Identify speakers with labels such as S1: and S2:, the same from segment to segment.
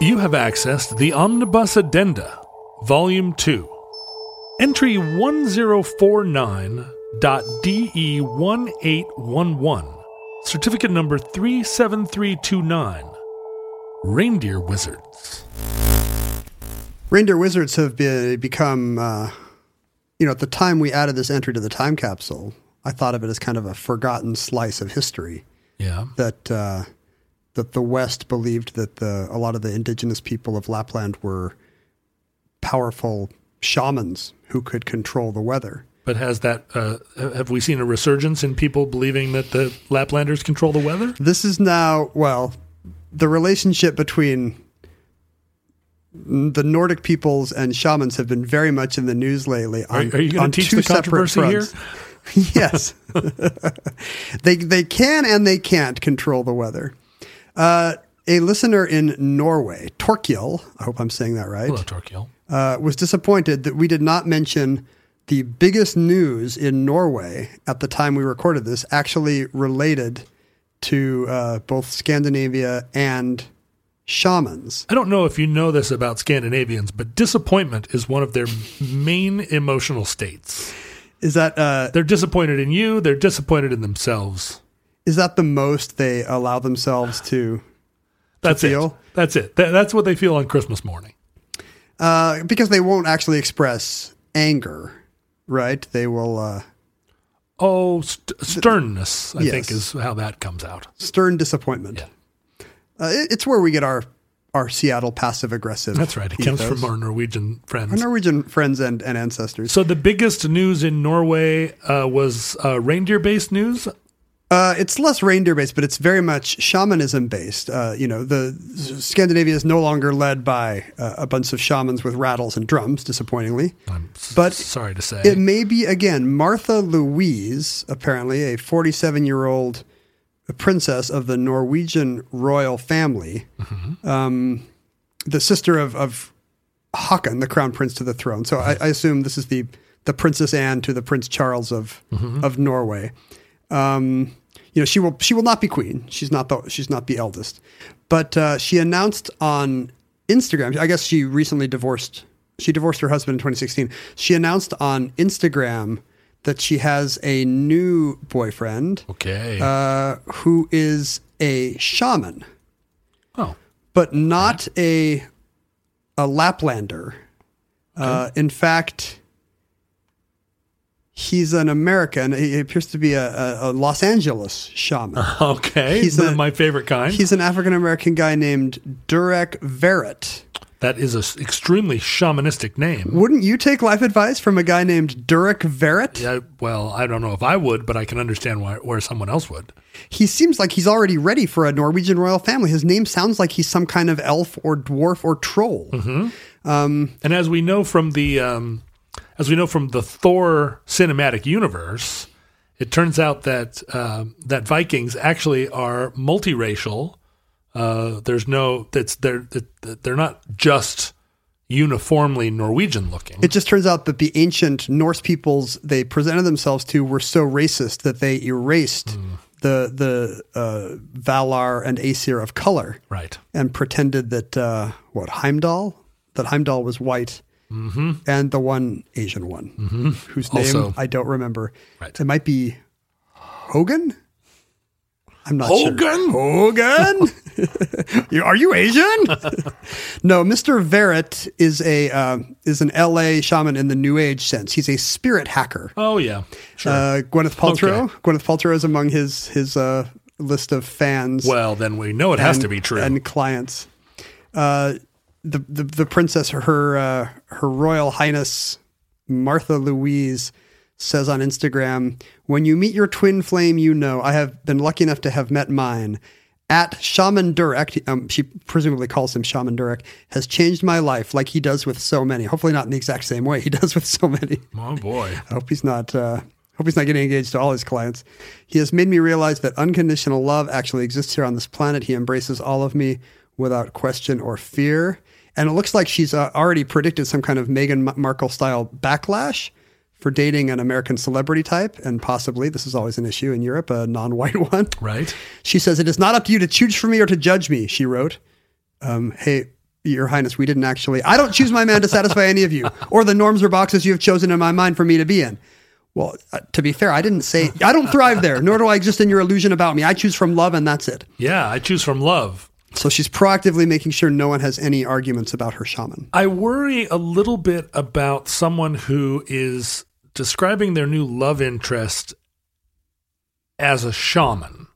S1: You have accessed the Omnibus Addenda, Volume 2, Entry E 1049.DE1811, Certificate Number 37329, Reindeer Wizards.
S2: Reindeer wizards have be- become, uh, you know, at the time we added this entry to the time capsule, I thought of it as kind of a forgotten slice of history.
S1: Yeah.
S2: that uh, that the West believed that the a lot of the indigenous people of Lapland were powerful shamans who could control the weather.
S1: But has that, uh, have we seen a resurgence in people believing that the Laplanders control the weather?
S2: This is now well the relationship between the Nordic peoples and shamans have been very much in the news lately. On,
S1: are you gonna
S2: on
S1: teach
S2: two
S1: the
S2: separate
S1: controversy here?
S2: fronts. yes, they they can and they can't control the weather. Uh, a listener in Norway, Torkil, I hope I'm saying that right.
S1: Hello, Torquil.
S2: uh, was disappointed that we did not mention the biggest news in Norway at the time we recorded this actually related to uh, both Scandinavia and shamans.
S1: I don't know if you know this about Scandinavians, but disappointment is one of their main emotional states.
S2: Is that uh,
S1: They're disappointed in you, they're disappointed in themselves.
S2: is that the most they allow themselves to?
S1: That's it.
S2: feel?
S1: That's it. Th- that's what they feel on Christmas morning.
S2: Uh, because they won't actually express anger, right? They will uh,
S1: Oh, st- sternness, I
S2: Yes.
S1: think, is how that comes out.
S2: stern disappointment. Uh, it- it's where we get our our Seattle passive aggressive.
S1: That's right. It comes
S2: ethos.
S1: from our Norwegian
S2: our
S1: friends.
S2: Norwegian friends and, and ancestors.
S1: so the biggest news in Norway uh, was uh, reindeer-based news.
S2: Uh, it's less reindeer based, but it's very much shamanism based. Uh, you know, the Scandinavia is no longer led by uh, a bunch of shamans with rattles and drums, disappointingly.
S1: I'm s-
S2: But
S1: sorry to say.
S2: It may be again Martha Louise, apparently a 47 year old princess of the Norwegian royal family, um,
S1: Mm-hmm.
S2: the sister of, of Hakon, the crown prince to the throne. So I, I assume this is the the Princess Anne to the Prince Charles of
S1: Mm-hmm.
S2: of Norway. Um, you know, she will she will not be queen. She's not the she's not the eldest, but uh, she announced on Instagram. I guess she recently divorced. She divorced her husband in 2016. She announced on Instagram that she has a new boyfriend
S1: okay.
S2: uh, who is a shaman,
S1: oh,
S2: but not a a Laplander. Uh, in fact, he's an American. He appears to be a, a, a Los Angeles shaman.
S1: okay.
S2: he's
S1: One of
S2: a-
S1: my favorite kind.
S2: He's an African American guy named Durek Verrett.
S1: That is an extremely shamanistic name.
S2: Wouldn't you take life advice from a guy named Durek Verrett?
S1: Yeah, well, I don't know if I would, but I can understand why, where someone else would.
S2: He seems like he's already ready for a Norwegian royal family. His name sounds like he's some kind of elf or dwarf or troll.
S1: And as we know from the um, as we know from the Thor cinematic universe, it turns out that um, that Vikings actually are multiracial. Uh, there's no that's they're that- they're not just uniformly Norwegian looking.
S2: It just turns out that the ancient Norse peoples they presented themselves to were so racist that they erased the the uh, Valar and Aesir of color
S1: right.
S2: and pretended that uh, what Heimdall that Heimdall was white and the one Asian one whose name
S1: Mm-hmm. Also-
S2: I don't remember.
S1: Right.
S2: It might be Hogan. I'm not
S1: Hogan?
S2: sure. Hogan. You- Are you Asian? no, Mr. Verrett is a uh, is an LA shaman in the New Age sense. He's a spirit hacker.
S1: Oh yeah, sure.
S2: Uh, Gwyneth Paltrow. Gwyneth Paltrow is among his his uh, list of fans.
S1: well, then we know it has
S2: and-
S1: to be true.
S2: And clients. Uh, the, the the princess, her uh, her royal highness Martha Louise says on Instagram, "When you meet your twin flame, you know I have been lucky enough to have met mine." At Shaman Durek, um, she presumably calls him Shaman Durek, has changed my life like he does with so many. Hopefully, not in the exact same way he does with so many.
S1: oh boy.
S2: I hope he's not. Uh, hope he's not getting engaged to all his clients. He has made me realize that unconditional love actually exists here on this planet. He embraces all of me without question or fear. And it looks like she's uh, already predicted some kind of Meghan M- Markle style backlash for dating an American celebrity type, and possibly this is always an issue in Europe, a non-white one.
S1: Right.
S2: She says, It is not up to you to choose for me or to judge me, she wrote. Um, hey, Your Highness, we didn't actually. I don't choose my man to satisfy any of you or the norms or boxes you have chosen in my mind for me to be in. Well, uh, to be fair, I didn't say, I don't thrive there, nor do I exist in your illusion about me. I choose from love and that's it.
S1: Yeah, I choose from love.
S2: So she's proactively making sure no one has any arguments about her shaman.
S1: I worry a little bit about someone who is describing their new love interest as a shaman.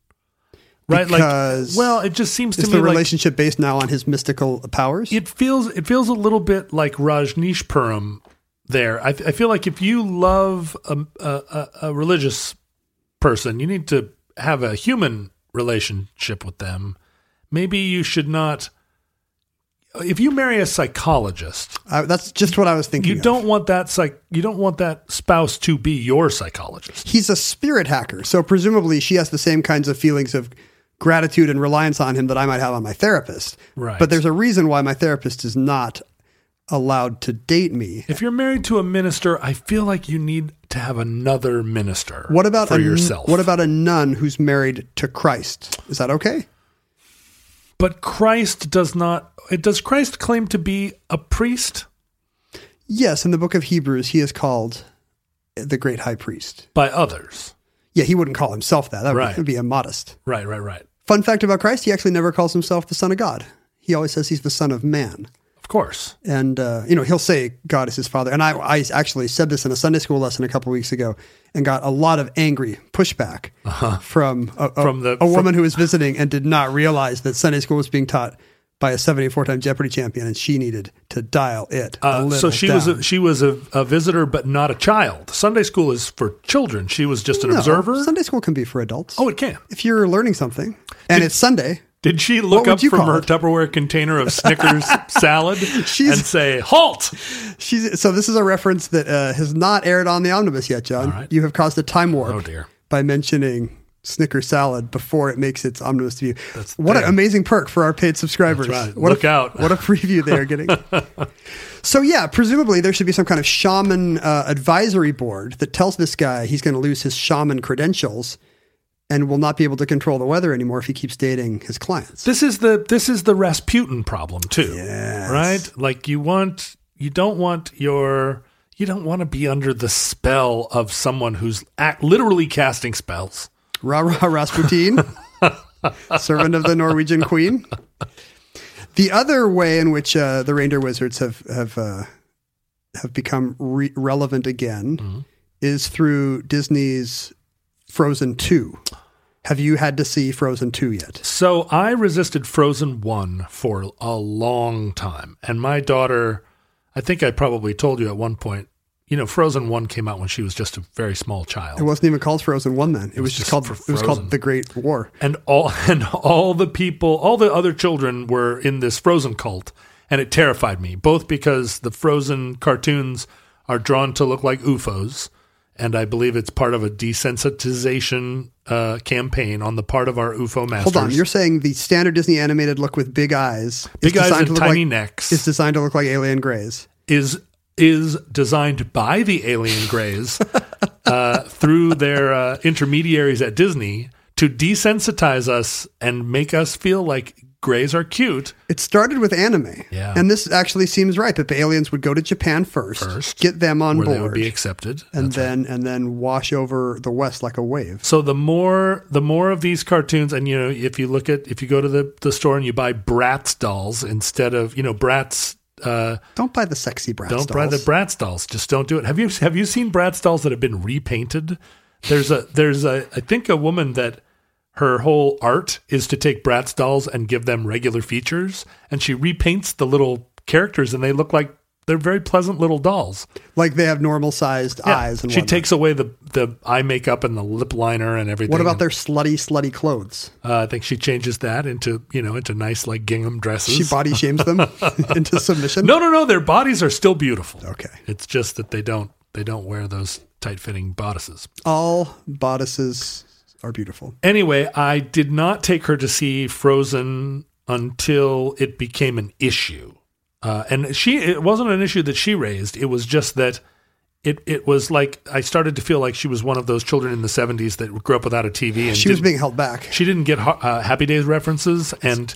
S1: Right?
S2: Because
S1: like well, it just seems to
S2: Is
S1: me
S2: the
S1: like
S2: relationship based now on his mystical powers?
S1: it feels it feels a little bit like Rajneeshpuram there. I, I feel like if you love a, a, a- a religious person, you need to have a human relationship with them. Maybe you should not. If you marry a psychologist,
S2: I, that's just what I was thinking.
S1: you
S2: of.
S1: don't want that psych. You don't want that spouse to be your psychologist.
S2: he's a spirit hacker. So presumably she has the same kinds of feelings of gratitude and reliance on him that I might have on my therapist.
S1: Right.
S2: But there's a reason why my therapist is not allowed to date me.
S1: If you're married to a minister, I feel like you need to have another minister.
S2: What about
S1: for
S2: a,
S1: yourself?
S2: What about a nun who's married to Christ? Is that okay?
S1: But Christ does not. It does Christ claim to be a priest?
S2: Yes, in the book of Hebrews, he is called the great high priest.
S1: by others.
S2: Yeah, he wouldn't call himself that. That would,
S1: Right.
S2: would be immodest.
S1: Right, right, right.
S2: Fun fact about Christ, he actually never calls himself the son of God. He always says he's the son of man.
S1: Of course.
S2: and uh, you know he'll say God is his father. And I, I actually said this in a Sunday school lesson a couple weeks ago, and got a lot of angry pushback from a, a-
S1: Uh-huh. From the-
S2: a
S1: from-
S2: woman who was visiting and did not realize that Sunday school was being taught by a 74 time Jeopardy champion, and she needed to dial it. a
S1: Uh, so
S2: little
S1: she was
S2: down.
S1: a, she was a, a visitor, but not a child. Sunday school is for children. She was just an
S2: No,
S1: observer.
S2: Sunday school can be for adults.
S1: oh, it can.
S2: if you're learning something and it's Sunday,
S1: Did she look
S2: would
S1: up
S2: you
S1: from
S2: call
S1: her
S2: it?
S1: Tupperware container of Snickers salad
S2: She's-
S1: and say, "Halt!"
S2: she's so this is a reference that uh, has not aired on the omnibus yet, John.
S1: right.
S2: You have caused a time warp.
S1: Oh dear.
S2: by mentioning Snicker salad before it makes its omnibus view. what an
S1: there.
S2: amazing perk for our paid subscribers.
S1: That's right.
S2: What
S1: Look
S2: a,
S1: out.
S2: What a preview they are getting. so yeah, presumably there should be some kind of shaman uh, advisory board that tells this guy he's going to lose his shaman credentials and will not be able to control the weather anymore if he keeps dating his clients.
S1: This is the this is the Rasputin problem too. Right? Like you want you don't want your you don't want to be under the spell of someone who's act, literally casting spells.
S2: Ra Ra Rasputin, servant of the Norwegian queen. The other way in which uh, the reindeer wizards have have uh, have become re- relevant again
S1: Mm-hmm.
S2: is through Disney's Frozen Two. Have you had to see Frozen Two yet?
S1: So I resisted Frozen 1 for a long time. And my daughter, I think I probably told you at one point, you know, Frozen 1 came out when she was just a very small
S2: It
S1: child.
S2: wasn't even called Frozen One then. It, was, just
S1: just
S2: called
S1: for
S2: it was
S1: Frozen.
S2: called The Great War.
S1: And all and all the people, all the other children were in this Frozen cult, and it terrified me, both because the Frozen cartoons are drawn to look like UFOs, and I believe it's part of a desensitization uh, campaign on the part of our UFO masters.
S2: Hold on, you're saying the standard Disney animated look with big eyes, is
S1: Big eyes
S2: designed
S1: and
S2: to look
S1: tiny
S2: like,
S1: necks.
S2: is designed to look like alien grays.
S1: is is designed by the alien grays uh, through their uh, intermediaries at Disney to desensitize us and make us feel like Greys are cute.
S2: It started with anime.
S1: Yeah.
S2: And this actually seems right that the aliens would go to Japan first,
S1: First,
S2: get them on
S1: where
S2: board,
S1: they would be accepted.
S2: and
S1: That's right.
S2: then and then wash over the West like a wave.
S1: So the more the more of these cartoons, and you know, if you look at if you go to the, the store and you buy Bratz dolls instead of you know Bratz, uh,
S2: Don't buy the sexy Bratz
S1: don't
S2: dolls.
S1: buy the Bratz dolls. Just don't do it. Have you have you seen Bratz dolls that have been repainted? There's a there's a I think a woman that her whole art is to take Bratz dolls and give them regular features, and she repaints the little characters, and they look like they're very pleasant little dolls.
S2: like they have normal sized
S1: Yeah.
S2: eyes. And
S1: she
S2: whatnot.
S1: takes away the the eye makeup and the lip liner and everything.
S2: What about
S1: the?
S2: their slutty, slutty clothes?
S1: Uh, I think she changes that into you know into nice like gingham dresses.
S2: She body shames them into submission.
S1: no, no, no. Their bodies are still beautiful.
S2: Okay.
S1: It's just that they don't they don't wear those tight fitting bodices.
S2: All bodices are beautiful.
S1: Anyway, I did not take her to see Frozen until it became an issue. Uh, and she it wasn't an issue that she raised. It was just that it it was like I started to feel like she was one of those children in the 70s that grew up without a TV and
S2: She was
S1: didn't-
S2: being held back.
S1: she didn't get ha- uh, Happy Days references and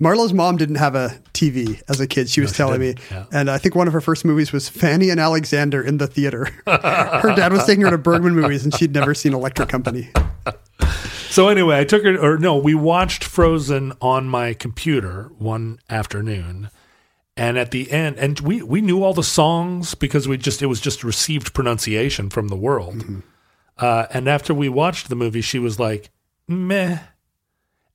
S2: Marlo's mom didn't have a TV as a kid. She was telling me,
S1: yeah.
S2: and I think one of her first movies was Fanny and Alexander in the theater. her dad was taking her to Bergman movies, and she'd never seen Electric Company.
S1: So anyway, I took her, or no, we watched Frozen on my computer one afternoon, and at the end, and we we knew all the songs because we just it was just received pronunciation from the world.
S2: Mm-hmm.
S1: Uh, and after we watched the movie, she was like, "Meh,"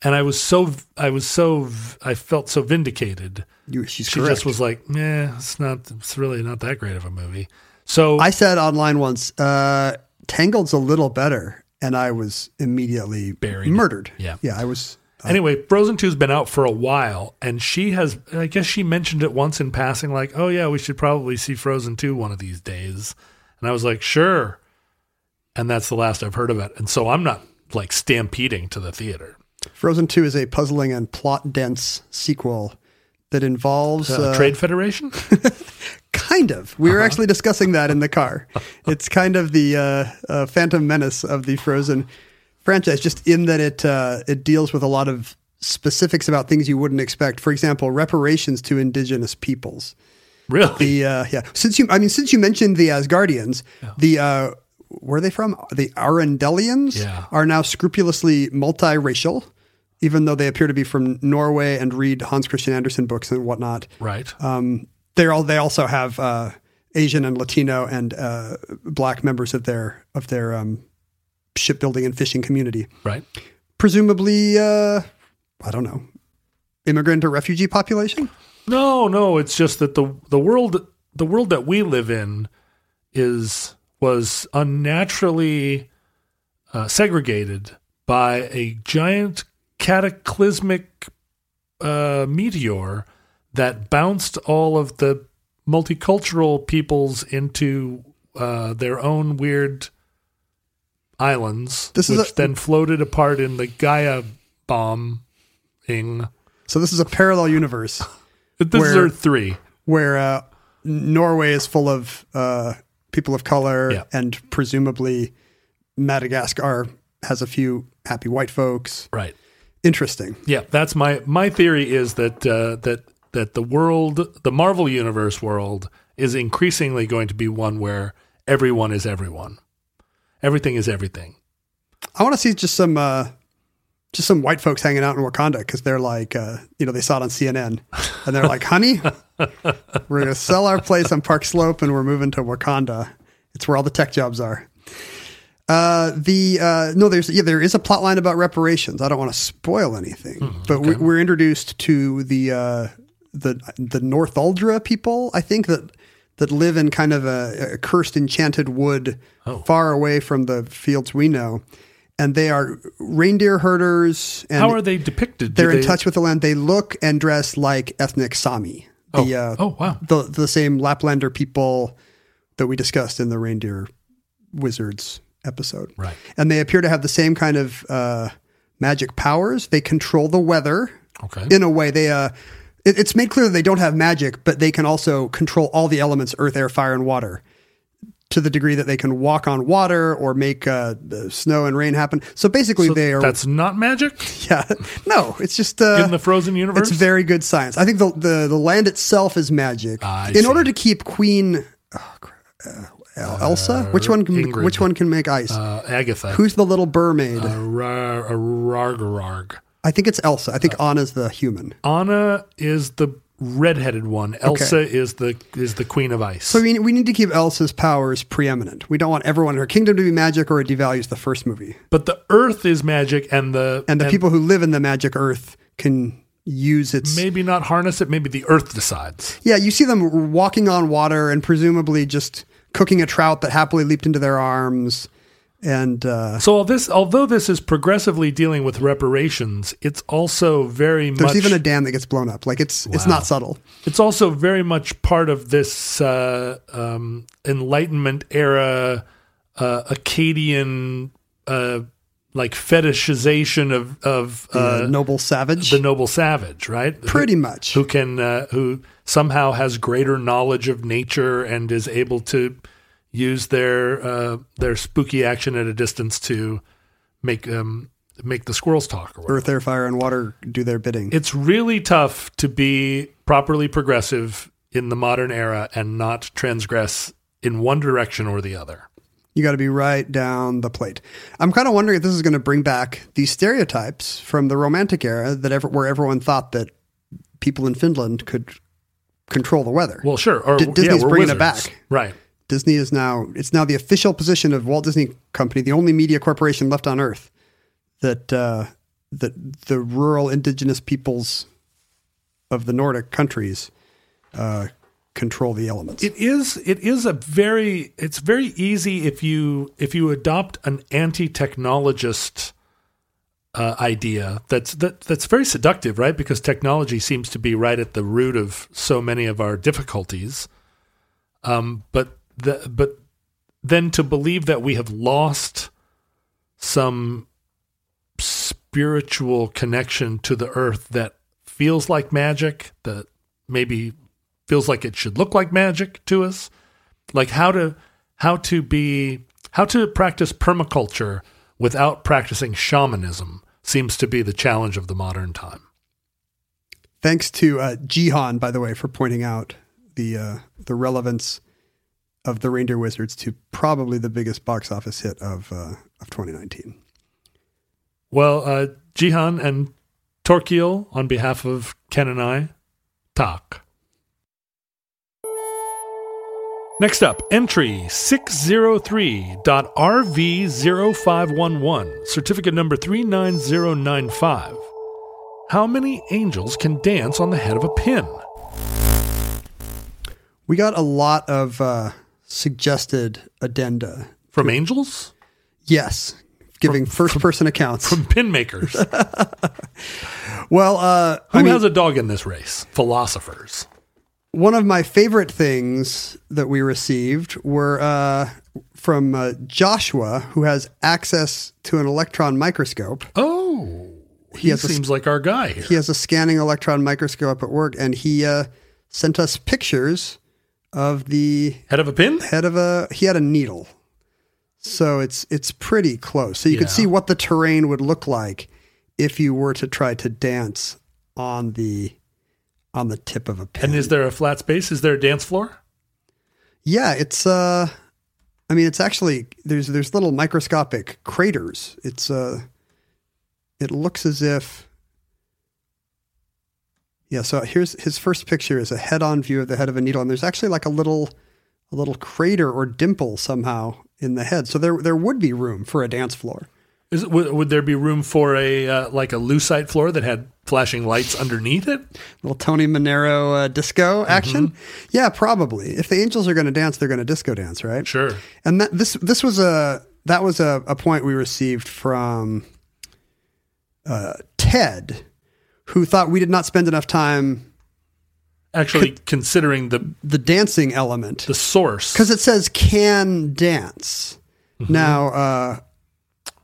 S1: and I was so I was so I felt so vindicated.
S2: You, she's
S1: She
S2: correct.
S1: just was like, "Meh, it's not. It's really not that great of a movie." So
S2: I said online once, uh, "Tangled's a little better," and I was immediately
S1: Buried.
S2: murdered.
S1: Yeah.
S2: yeah, I was.
S1: Anyway, Frozen 2's been out for a while, and she has, I guess she mentioned it once in passing, like, oh, yeah, we should probably see Frozen 2 one of these days. And I was like, sure. And that's the last I've heard of it. And so I'm not like stampeding to the theater.
S2: Frozen Two is a puzzling and plot dense sequel that involves
S1: Uh,
S2: uh,
S1: Trade Federation?
S2: Kind of. We were actually discussing that in the car. it's kind of the uh, uh, Phantom Menace of the Frozen franchise, just in that it uh, it deals with a lot of specifics about things you wouldn't expect. For example, reparations to indigenous peoples.
S1: really?
S2: The uh, yeah, since you I mean since you mentioned the Asgardians, the uh, where are they from? The Arendellians
S1: Yeah.
S2: are now scrupulously multiracial, even though they appear to be from Norway and read Hans Christian Andersen books and whatnot
S1: Right.
S2: they're all they also have uh, Asian and Latino and uh, black members of their of their um, shipbuilding and fishing community.
S1: right.
S2: Presumably, uh, I don't know, immigrant or refugee population.
S1: No, no, it's just that the the world the world that we live in is was unnaturally uh, segregated by a giant cataclysmic uh, meteor that bounced all of the multicultural peoples into uh, their own weird islands,
S2: This is
S1: which
S2: a-
S1: then floated apart in the Gaia bomb thing.
S2: So this is a parallel universe
S1: This is
S2: Where-
S1: Earth three.
S2: where uh, Norway is full of uh, people of color
S1: Yeah.
S2: and presumably Madagascar has a few happy white folks.
S1: Right.
S2: Interesting.
S1: Yeah, that's my my theory is that uh, that that the world, the Marvel universe world, is increasingly going to be one where everyone is everyone, everything is everything.
S2: I want to see just some uh, just some white folks hanging out in Wakanda because they're like, uh, you know, they saw it on CNN and they're like, honey, we're gonna sell our place on Park Slope and we're moving to Wakanda. It's where all the tech jobs are. Uh, the uh, no, there's yeah, there is a plot line about reparations. I don't want to spoil anything,
S1: Hmm,
S2: but we, we're introduced to the uh, the the North Aldra people. I think that that live in kind of a, a cursed, enchanted wood,
S1: Oh.
S2: far away from the fields we know, and they are reindeer herders. And
S1: How are they depicted? Do
S2: they're in
S1: they-
S2: touch with the land. They look and dress like ethnic Sami. The,
S1: Oh.
S2: uh,
S1: Oh, wow.
S2: The the same Laplander people that we discussed in the reindeer wizards episode.
S1: Right.
S2: And they appear to have the same kind of uh, magic powers. They control the weather
S1: Okay.
S2: in a way. They uh, it, it's made clear that they don't have magic, but they can also control all the elements: earth, air, fire, and water. to the degree that they can walk on water or make uh, the snow and rain happen. So basically,
S1: So
S2: they are.
S1: that's not magic
S2: yeah, no, it's just uh,
S1: in the frozen universe.
S2: it's very good science. I think the the, the land itself is magic.
S1: Ah, I
S2: in
S1: see.
S2: order to keep Queen oh, crap, uh, El- Elsa, which one can
S1: Ingrid.
S2: which one can make ice?
S1: uh, Agatha.
S2: Who's the little mermaid?
S1: A ra- a rarg rarg.
S2: I think it's Elsa. I think
S1: uh,
S2: Anna's the human.
S1: Anna is the redheaded one. Elsa is the is the queen of ice.
S2: So we we need to keep Elsa's powers preeminent. We don't want everyone in her kingdom to be magic, or it devalues the first movie.
S1: but the earth is magic, and the
S2: And the people who live in the magic Earth can use its.
S1: maybe not harness it. Maybe the earth decides.
S2: Yeah, you see them walking on water and presumably just cooking a trout that happily leaped into their arms, and uh,
S1: So all this, although this is progressively dealing with reparations, it's also very
S2: there's
S1: much.
S2: even a dam that gets blown up. Like it's it's not subtle.
S1: it's also very much part of this uh, um, Enlightenment era uh, Acadian uh, like fetishization of of uh,
S2: Uh, noble savage,
S1: the noble savage, right?
S2: pretty much.
S1: who can uh, who somehow has greater knowledge of nature and is able to use their uh, their spooky action at a distance to make um, make the squirrels talk or whatever.
S2: Earth, air, fire, and water do their bidding.
S1: It's really tough to be properly progressive in the modern era and not transgress in one direction or the other.
S2: You got to be right down the plate. I'm kind of wondering if this is going to bring back these stereotypes from the Romantic era that ever, where everyone thought that people in Finland could control the weather.
S1: Well, sure. Or
S2: D-
S1: yeah,
S2: Disney's
S1: we're
S2: bringing it
S1: wizards.
S2: back.
S1: right?
S2: Disney is now it's now the official position of Walt Disney Company, the only media corporation left on Earth that uh, that the rural indigenous peoples of the Nordic countries uh, control the elements.
S1: It is. It is a very. It's very easy if you if you adopt an anti-technologist uh, idea. That's that that's very seductive, right? Because technology seems to be right at the root of so many of our difficulties. Um, but the, but then to believe that we have lost some spiritual connection to the earth that feels like magic that maybe feels like it should look like magic to us like how to how to be how to practice permaculture without practicing shamanism seems to be the challenge of the modern time
S2: Thanks to uh, Jihan, by the way, for pointing out the uh, the relevance of the Reindeer Wizards to probably the biggest box office hit of uh, of 2019.
S1: well uh jihan and torquil on behalf of ken and i talk Next up, entry 603.RV0511, certificate number 39095. How many angels can dance on the head of a pin?
S2: We got a lot of uh, suggested addenda.
S1: From angels?
S2: Yes, giving first person accounts.
S1: From pin makers. Who
S2: well, uh, I mean,
S1: has a dog in this race? Philosophers.
S2: one of my favorite things that we received were uh, from uh, Joshua, who has access to an electron microscope.
S1: Oh, he,
S2: has a
S1: seems like our guy here.
S2: he has a scanning electron microscope at work, and he uh, sent us pictures of the
S1: Head of a pin?
S2: head of a. He had a needle, so it's it's pretty close. So you can
S1: Yeah.
S2: see what the terrain would look like if you were to try to dance on the on the tip of a pin.
S1: And is there a flat space? Is there a dance floor?
S2: yeah, it's uh, I mean, it's actually there's there's little microscopic craters. It's uh, it looks as if. Yeah, so here's his first picture is a head-on view of the head of a needle, and there's actually like a little, a little crater or dimple somehow in the head. So there there would be room for a dance floor.
S1: Is it, would, would there be room for a uh, like a lucite floor that had flashing lights underneath it?
S2: Little Tony Monero uh, disco action. Yeah, probably. If the angels are going to dance, they're going to disco dance, right?
S1: Sure.
S2: And that this this was a that was a, a point we received from uh, Ted, who thought we did not spend enough time
S1: Actually, considering the
S2: the dancing element
S1: the source,
S2: because it says can dance. Now, uh,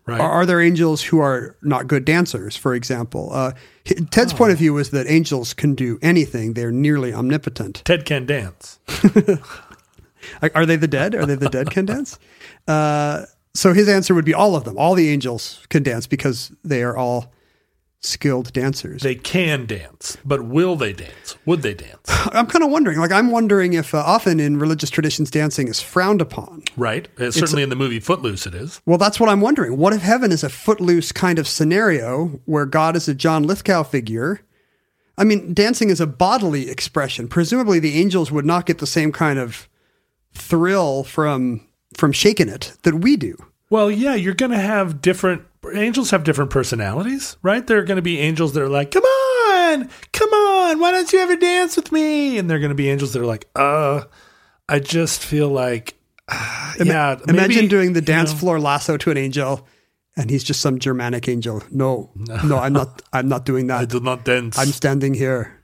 S1: Mm-hmm. right?
S2: are, are there angels who are not good dancers? For example, uh, hi- Ted's
S1: Oh.
S2: point of view was that angels can do anything; they're nearly omnipotent.
S1: Ted can dance.
S2: Like, are they the dead? Are they the dead can dance? Uh, so his answer would be all of them. All the angels can dance because they are all skilled dancers.
S1: They can dance, but will they dance? Would they dance?
S2: I'm kind of wondering. Like, I'm wondering if uh, often in religious traditions, dancing is frowned upon.
S1: Right? Uh, certainly in the movie Footloose, it is.
S2: Well, that's what I'm wondering. What if heaven is a footloose kind of scenario where God is a John Lithgow figure? I mean, dancing is a bodily expression. Presumably, the angels would not get the same kind of thrill from from shaking it that we do.
S1: Well, yeah, you're going to have different angels have different personalities, right? There are going to be angels that are like, "Come on, come on, why don't you ever dance with me?" And there are going to be angels that are like, "Uh, I just feel like, ah, yeah." maybe,
S2: Imagine doing the
S1: you
S2: dance
S1: know."
S2: floor lasso to an angel, and he's just some Germanic angel. No, no, I'm not. I'm not doing
S1: I
S2: that.
S1: do not dance.
S2: I'm standing here.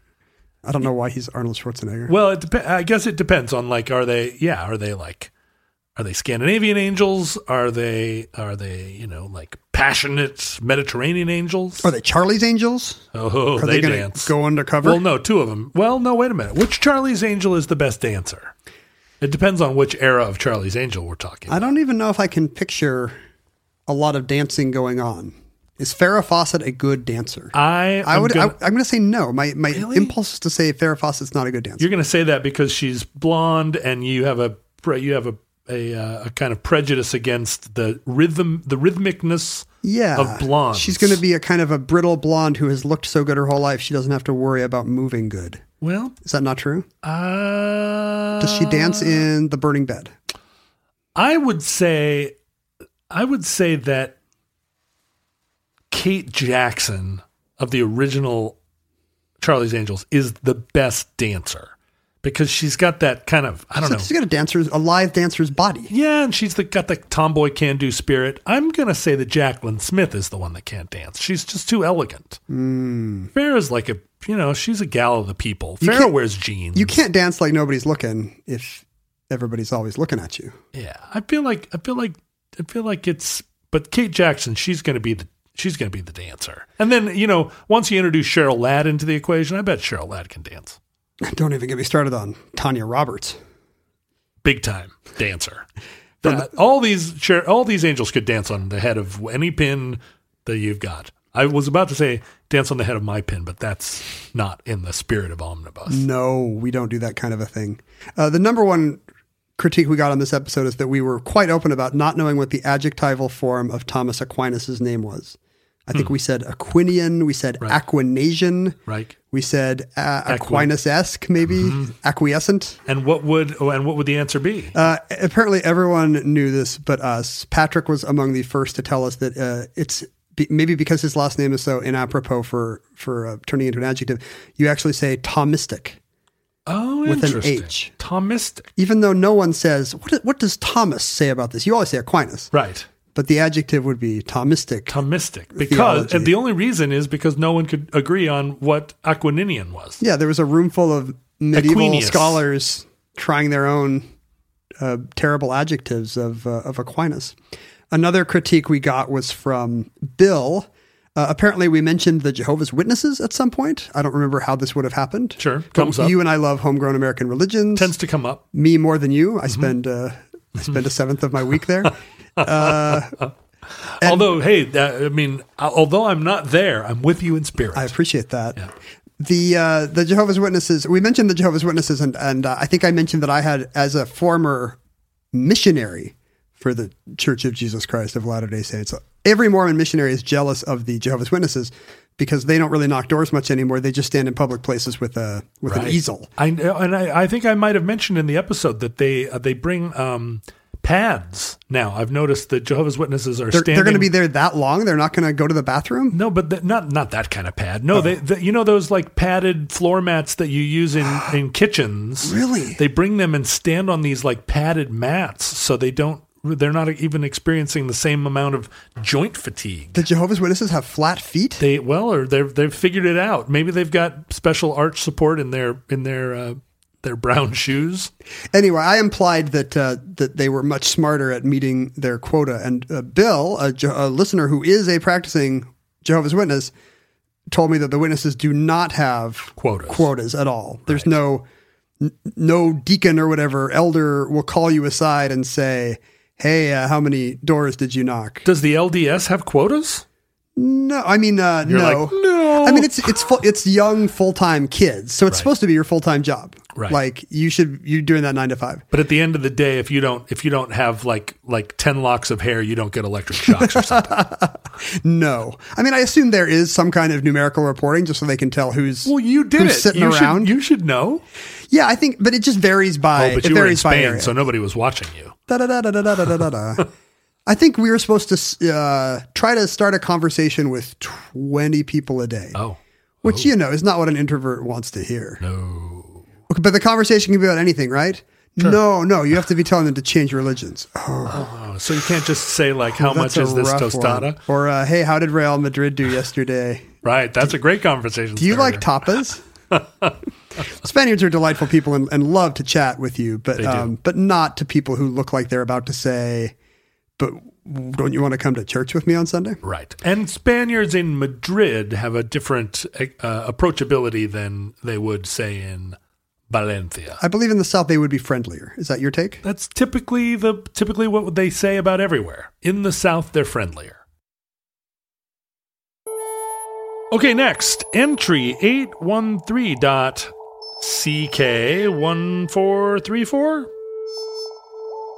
S2: I don't know why he's Arnold Schwarzenegger.
S1: well, it dep- I guess it depends on like, are they? Yeah, are they like, are they Scandinavian angels? Are they? Are they? You know, like passionate Mediterranean angels?
S2: Are they Charlie's angels?
S1: oh,
S2: Are
S1: they,
S2: they, going
S1: dance.
S2: to go undercover?
S1: Well, no, two of them. Well, no, wait a minute. Which Charlie's Angel is the best dancer? It depends on which era of Charlie's Angel we're talking.
S2: I don't even know if I can picture a lot of dancing going on. Is Farrah Fawcett a good dancer?
S1: I,
S2: I
S1: am
S2: would.
S1: Gonna,
S2: I, I'm going to say no. My my
S1: Really?
S2: impulse is to say Farrah Fawcett's not a good dancer.
S1: you're going to say that because she's blonde, and you have a pre- you have a a, uh, a kind of prejudice against the rhythm, the rhythmicness.
S2: yeah,
S1: of blondes.
S2: She's going to be a kind of a brittle blonde who has looked so good her whole life she doesn't have to worry about moving good.
S1: Well,
S2: Is that not true?
S1: uh,
S2: Does she dance in the burning bed?
S1: I would say, I would say that Kate Jackson of the original Charlie's Angels is the best dancer because she's got that kind of I don't
S2: So
S1: know.
S2: She's got a dancer's a live dancer's body.
S1: Yeah, and she's the, got the tomboy can do spirit. I'm going to say that Jacqueline Smith is the one that can't dance. She's just too elegant. Farrah's like a, you know, she's a gal of the people. Farrah
S2: Hmm. can't-
S1: wears jeans.
S2: You can't dance like nobody's looking if everybody's always looking at you.
S1: Yeah, I feel like I feel like I feel like it's but Kate Jackson, she's going to be the she's going to be the dancer. And then, you know, once you introduce Cheryl Ladd into the equation, I bet Cheryl Ladd can dance.
S2: Don't even get me started on Tanya Roberts.
S1: Big time dancer. That- all these Cher- all these angels could dance on the head of any pin that you've got. I was about to say dance on the head of my pin, but that's not in the spirit of Omnibus.
S2: No, we don't do that kind of a thing. Uh, the number one critique we got on this episode is that we were quite open about not knowing what the adjectival form of Thomas Aquinas' name was. I think we said Aquinian, we said Aquinasian,
S1: Hmm. Right? Mm-hmm.
S2: we said uh, Aquinas esque, maybe acquiescent.
S1: And what would oh, and what would the answer be?
S2: Uh, apparently, everyone knew this but us. Patrick was among the first to tell us that uh, it's be, maybe because his last name is so inapropos for, for uh, turning into an adjective, you actually say Thomistic.
S1: oh,
S2: with an
S1: interesting.
S2: H.
S1: Thomistic.
S2: even though no one says what, what does thomas say about this you always say aquinas
S1: Right.
S2: but the adjective would be thomistic
S1: Thomistic because
S2: Theology.
S1: and the only reason is because no one could agree on what Aquilinian was.
S2: yeah there was a room full of medieval
S1: Aquinius.
S2: scholars trying their own uh, terrible adjectives of, uh, of aquinas another critique we got was from bill uh, apparently we mentioned the jehovah's witnesses at some point i don't remember how this would have happened
S1: Sure,
S2: But
S1: comes up.
S2: you and i love homegrown american religions
S1: Tends to come up.
S2: me more than you. I
S1: Mm-hmm.
S2: spend uh, I spend a seventh of my week there.
S1: although, hey, that, I mean, uh, although I'm not there, I'm with you in spirit.
S2: I appreciate that. The uh, the Jehovah's Witnesses. We mentioned the Jehovah's Witnesses, and and uh, I think I mentioned that I had as a former missionary for the Church of Jesus Christ of Latter Day Saints. Every Mormon missionary is jealous of the Jehovah's Witnesses because they don't really knock doors much anymore. They just stand in public places with a with an
S1: Right.
S2: easel.
S1: I and I, I think I might have mentioned in the episode that they uh, they bring um, pads now. I've noticed that Jehovah's Witnesses are
S2: They're,
S1: standing.
S2: they're going to be there that long. They're not going to go to the bathroom.
S1: No, but th- not not that kind of pad. No, they, they you know those like padded floor mats that you use in in kitchens.
S2: Really?
S1: They bring them and stand on these like padded mats, so they don't. They're not even experiencing the same amount of joint fatigue.
S2: The Jehovah's Witnesses have flat feet.
S1: They well, or they've they've figured it out. Maybe they've got special arch support in their in their uh, their brown shoes.
S2: Anyway, I implied that uh, that they were much smarter at meeting their quota, and uh, Bill, a, Je- a listener who is a practicing Jehovah's Witness, told me that the witnesses do not have
S1: Quotas.
S2: quotas at all. There's no no deacon or whatever elder will call you aside and say, "Hey, uh, how many doors did you knock?"
S1: Does the LDS have quotas?
S2: No, I mean uh,
S1: You're
S2: no.
S1: like, no.
S2: I mean it's it's full, it's young full time kids, so it's supposed to be your full time job.
S1: Right.
S2: Like you should you're doing that nine to five.
S1: But at the end of the day, if you don't if you don't have like like ten locks of hair, you don't get electric shocks or something.
S2: No, I mean I assume there is some kind of numerical reporting just so they can tell who's
S1: well, you did
S2: who's
S1: it.
S2: sitting
S1: you
S2: around.
S1: Should, you should know.
S2: yeah, I think, but it just varies by
S1: Oh, but
S2: it
S1: you were in
S2: varies by
S1: Spain,
S2: area.
S1: so nobody was watching you.
S2: da da da da da da da da da. I think we were supposed to uh, try to start a conversation with 20 people a day,
S1: Oh,
S2: which, you know, is not what an introvert wants to hear.
S1: no.
S2: Okay, but the conversation can be about anything, right? No, no, you have to be telling them to change religions. Oh,
S1: Oh, so you can't just say like how
S2: that's
S1: much
S2: a
S1: is this
S2: rough
S1: tostada?
S2: one. Or, uh, hey, how did Real Madrid do yesterday?
S1: Right. That's a great conversation.
S2: Do you like tapas? Spaniards are delightful people and, and love to chat with you, but
S1: do.
S2: um, but not to people who look like they're about to say, "But don't you want to come to church with me on Sunday?"
S1: Right. And Spaniards in Madrid have a different uh, approachability than they would say in Valencia.
S2: I believe in the South they would be friendlier. Is that your take?
S1: That's typically the typically what they say about everywhere. In the South, they're friendlier. Okay, next entry 813.ck1434.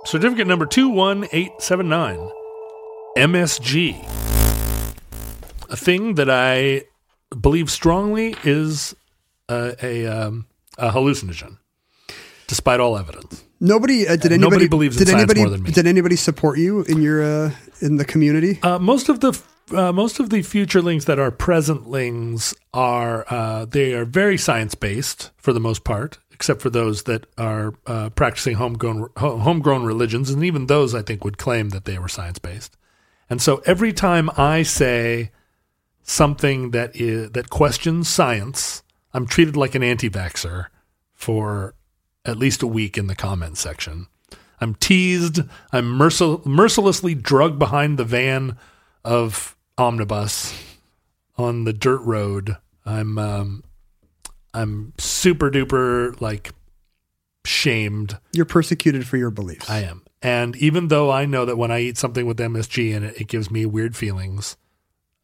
S1: Certificate number 21879. MSG. A thing that I believe strongly is uh, a, um, a hallucinogen, despite all evidence.
S2: Nobody uh, did anybody
S1: Nobody believes in
S2: did
S1: science
S2: anybody
S1: more than me.
S2: did anybody support you in your uh, in the community?
S1: Uh, most of the uh, most of the future links that are present links are uh, they are very science based for the most part, except for those that are uh, practicing homegrown ho- homegrown religions, and even those I think would claim that they were science based. And so every time I say something that is that questions science, I'm treated like an anti-vaxxer for at least a week in the comment section. I'm teased. I'm mercil- mercilessly drug behind the van of omnibus on the dirt road. I'm um, I'm super duper like shamed.
S2: You're persecuted for your beliefs.
S1: I am, and even though I know that when I eat something with MSG in it, it gives me weird feelings.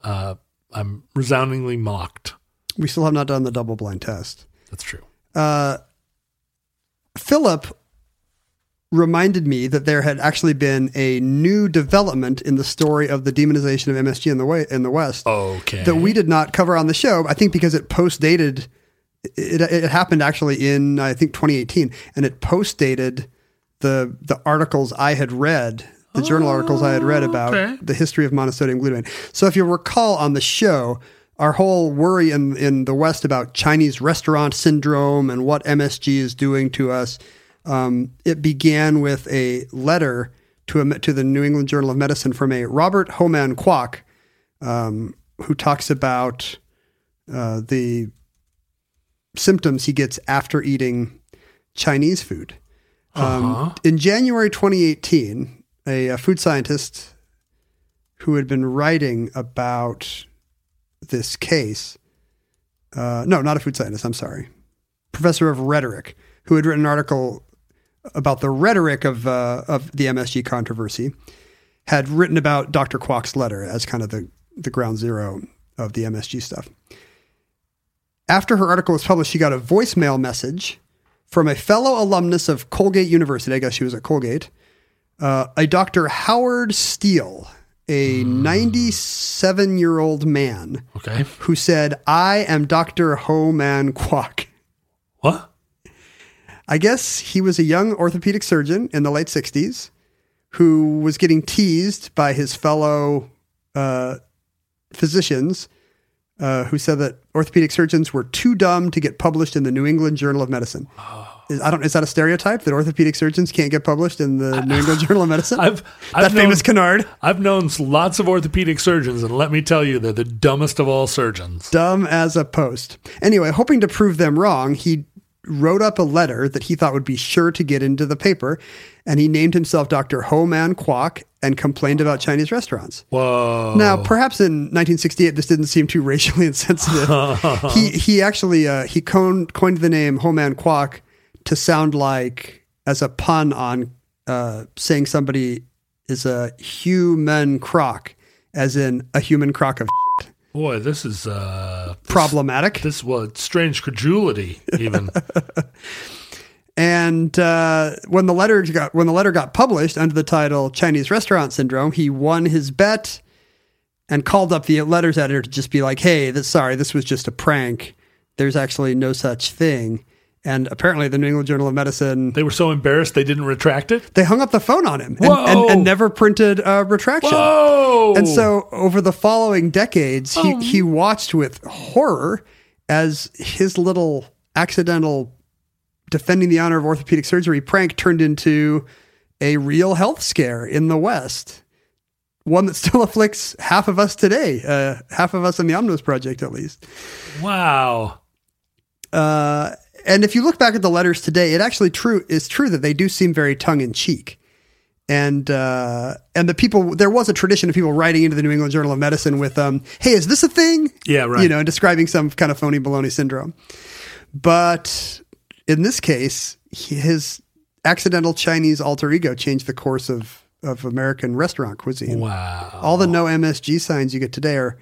S1: Uh, I'm resoundingly mocked.
S2: we still have not done the double blind test.
S1: That's true.
S2: uh, Philip reminded me that there had actually been a new development in the story of the demonization of MSG in the way in the West
S1: Okay.
S2: that we did not cover on the show. I think because it post dated, it, it happened actually in I think 2018, and it post dated the the articles I had read. The journal articles I had read about
S1: Oh, okay.
S2: the history of monosodium glutamate. So, if you recall on the show, our whole worry in, in the West about Chinese restaurant syndrome and what MSG is doing to us, um, it began with a letter to, a, to the New England Journal of Medicine from a Robert Homan Kwok, who talks about uh, the symptoms he gets after eating Chinese food. Um, In January 2018, a, a food scientist who had been writing about this case, uh, no, not a food scientist, I'm sorry, professor of rhetoric, who had written an article about the rhetoric of, uh, of the MSG controversy had written about Dr. Kwok's letter as kind of the, the ground zero of the MSG stuff. After her article was published, she got a voicemail message from a fellow alumnus of Colgate University. I guess she was at Colgate. Uh, a Dr. Howard Steele, a 97 year old man
S1: okay.
S2: who said, I am Dr. Ho Man Kwok.
S1: What?
S2: I guess he was a young orthopedic surgeon in the late 60s who was getting teased by his fellow uh, physicians uh, who said that orthopedic surgeons were too dumb to get published in the New England Journal of Medicine.
S1: Oh.
S2: Is, I don't, is that a stereotype that orthopedic surgeons can't get published in the New England Journal of Medicine?
S1: I've, I've
S2: that famous
S1: known-
S2: canard.
S1: I've known lots of orthopedic surgeons, and let me tell you, they're the dumbest of all surgeons.
S2: Dumb as a post. Anyway, hoping to prove them wrong, he wrote up a letter that he thought would be sure to get into the paper, and he named himself Dr. Ho Man Kwok and complained about Chinese restaurants.
S1: Whoa.
S2: Now, perhaps in 1968, this didn't seem too racially insensitive. he he actually uh, he coined, coined the name Ho Man Kwok to sound like as a pun on uh, saying somebody is a human crock, as in a human crock of shit.
S1: Boy, this is uh,
S2: problematic.
S1: this was strange credulity. Even
S2: And uh, when the letter got when the letter got published under the title Chinese Restaurant Syndrome, he won his bet and called up the letters editor to just be like, "Hey, this, sorry, this was just a prank. There's actually no such thing." And apparently, the New England Journal of Medicine
S1: they were so embarrassed they didn't retract it.
S2: they hung up the phone on him and, and,
S1: Whoa.
S2: and never printed a retraction.
S1: Oh,
S2: And so over the following decades, he, he watched with horror as his little accidental defending the honor of orthopedic surgery prank turned into a real health scare in the West, one that still afflicts half of us today, uh, half of us in the Omnibus Project at least.
S1: wow.
S2: Uh, and if you look back at the letters today, it actually true is true that they do seem very tongue in cheek. And uh, and the people there was a tradition of people writing into the New England Journal of Medicine with um, hey, is this a thing?
S1: Yeah, right.
S2: You know, and describing some kind of phony baloney syndrome. But in this case, he- his accidental Chinese alter ego changed the course of of American restaurant cuisine.
S1: Wow.
S2: All the no MSG signs you get today are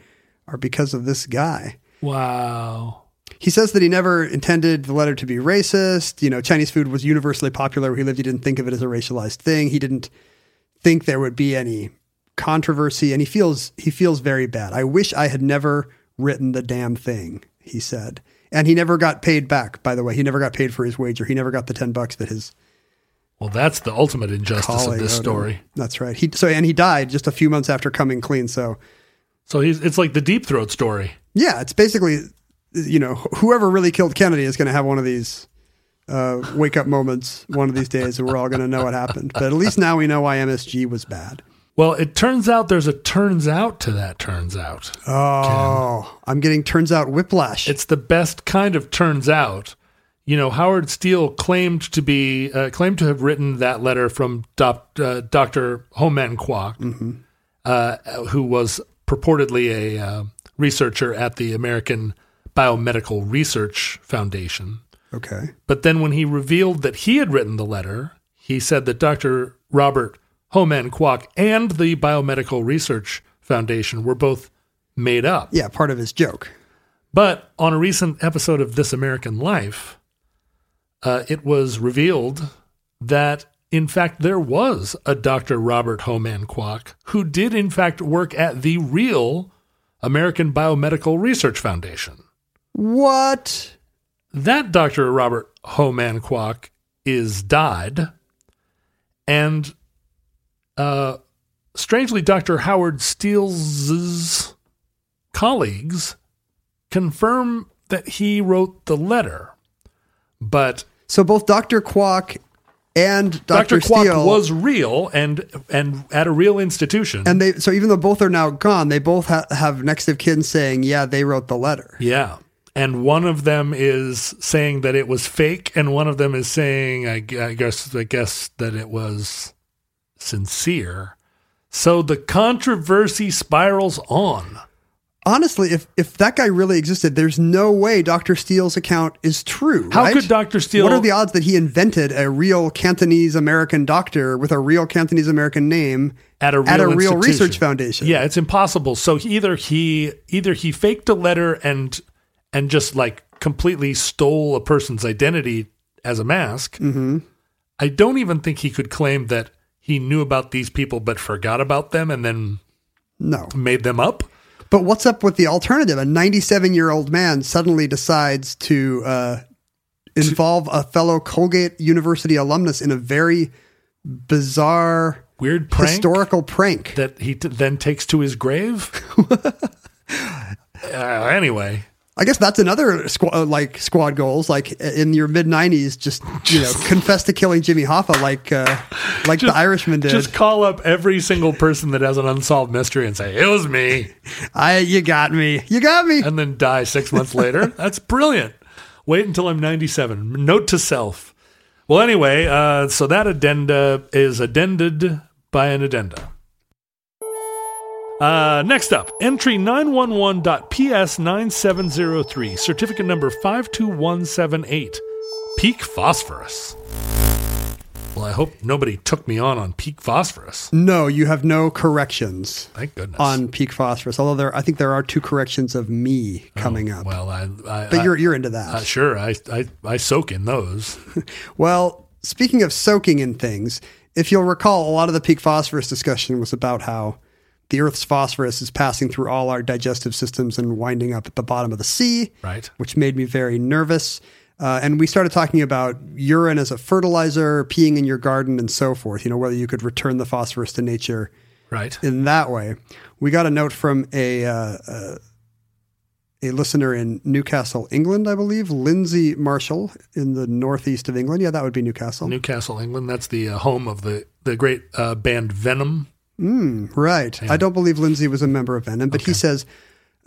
S2: are because of this guy.
S1: Wow.
S2: He says that he never intended the letter to be racist. You know, Chinese food was universally popular where he lived. He didn't think of it as a racialized thing. He didn't think there would be any controversy, and he feels he feels very bad. I wish I had never written the damn thing, he said. And he never got paid back, by the way. He never got paid for his wager. He never got the ten bucks that his
S1: Well, that's the ultimate injustice
S2: colleague
S1: of this
S2: owed him.
S1: story.
S2: That's right. He so and he died just a few months after coming clean. So
S1: So he's, it's like the deep throat story.
S2: Yeah, it's basically, you know, wh- whoever really killed Kennedy is going to have one of these uh, wake up moments one of these days, and we're all going to know what happened. But at least now we know why MSG was bad.
S1: Well, it turns out there's a turns out to that turns out.
S2: Oh, I'm getting turns out whiplash.
S1: It's the best kind of turns out. You know, Howard Steele claimed to be uh, claimed to have written that letter from Dop, uh, Dr. Homan Kwok, uh, who was purportedly a uh, researcher at the American Biomedical Research Foundation.
S2: okay.
S1: But then when he revealed that he had written the letter, he said that Dr. Robert Homan Kwok and the Biomedical Research Foundation were both made up.
S2: Yeah, part of his joke.
S1: But on a recent episode of This American Life, uh, it was revealed that, in fact, there was a Dr. Robert Homan Kwok who did, in fact, work at the real American Biomedical Research Foundation.
S2: What?
S1: That Dr. Robert Homan Kwok is died. And uh, strangely, Dr. Howard Steele's colleagues confirm that he wrote the letter. But
S2: So both Dr. Quack and Dr.
S1: Dr. Kwok
S2: Steele
S1: was real and and at a real institution.
S2: and they so even though both are now gone, they both ha- have next of kin saying, "Yeah, they wrote the letter."
S1: yeah. And one of them is saying that it was fake, and one of them is saying, I, gu- I guess, I guess that it was sincere. So the controversy spirals on.
S2: Honestly, if if that guy really existed, there's no way Dr. Steele's account is true.
S1: How
S2: right?
S1: could Dr. Steele?
S2: What are the odds that he invented a real Cantonese American doctor with a real Cantonese American name
S1: at a real,
S2: at a real
S1: institution.
S2: research foundation?
S1: Yeah, it's impossible. So he- either he either he faked a letter and and just like completely stole a person's identity as a mask. Mm-hmm. I don't even think he could claim that he knew about these people but forgot about them and then
S2: No.
S1: made them up.
S2: But what's up with the alternative? A 97 year old man suddenly decides to uh, involve a fellow Colgate University alumnus in a very bizarre
S1: Weird prank
S2: historical prank.
S1: that he t- then takes to his grave. uh, anyway,
S2: I guess that's another squ- uh, like squad goals. Like in your mid 90s, just, you know, confess to killing Jimmy Hoffa like uh, like the Irishman did.
S1: just call up every single person that has an unsolved mystery and say it was me.
S2: I, you got me. You got me.
S1: and then die six months later. That's brilliant. Wait until I'm 97. Note to self. Well, anyway, uh, so that addenda is addended by an addenda. Uh, next up, entry 911.ps9703, certificate number 52178. peak phosphorus. Well, I hope nobody took me on on peak phosphorus.
S2: No, you have no corrections
S1: Thank goodness.
S2: on peak phosphorus. Although there, I think there are two corrections of me coming up.
S1: Oh, well, I, I,
S2: but
S1: I-
S2: you're you're into that.
S1: uh, sure. I, I I soak in those.
S2: Well, speaking of soaking in things, if you'll recall, a lot of the peak phosphorus discussion was about how the Earth's phosphorus is passing through all our digestive systems and winding up at the bottom of the sea,
S1: Right.
S2: Which made me very nervous. Uh, and we started talking about urine as a fertilizer, peeing in your garden, and so forth. You know whether you could return the phosphorus to nature
S1: Right.
S2: in that way. We got a note from a uh, uh, a listener in Newcastle, England, I believe, Lindsay Marshall in the northeast of England. Yeah, that would be Newcastle,
S1: Newcastle, England. That's the uh, home of the the great uh, band Venom.
S2: right? I don't believe Lindsay was a member of Venom, but he says.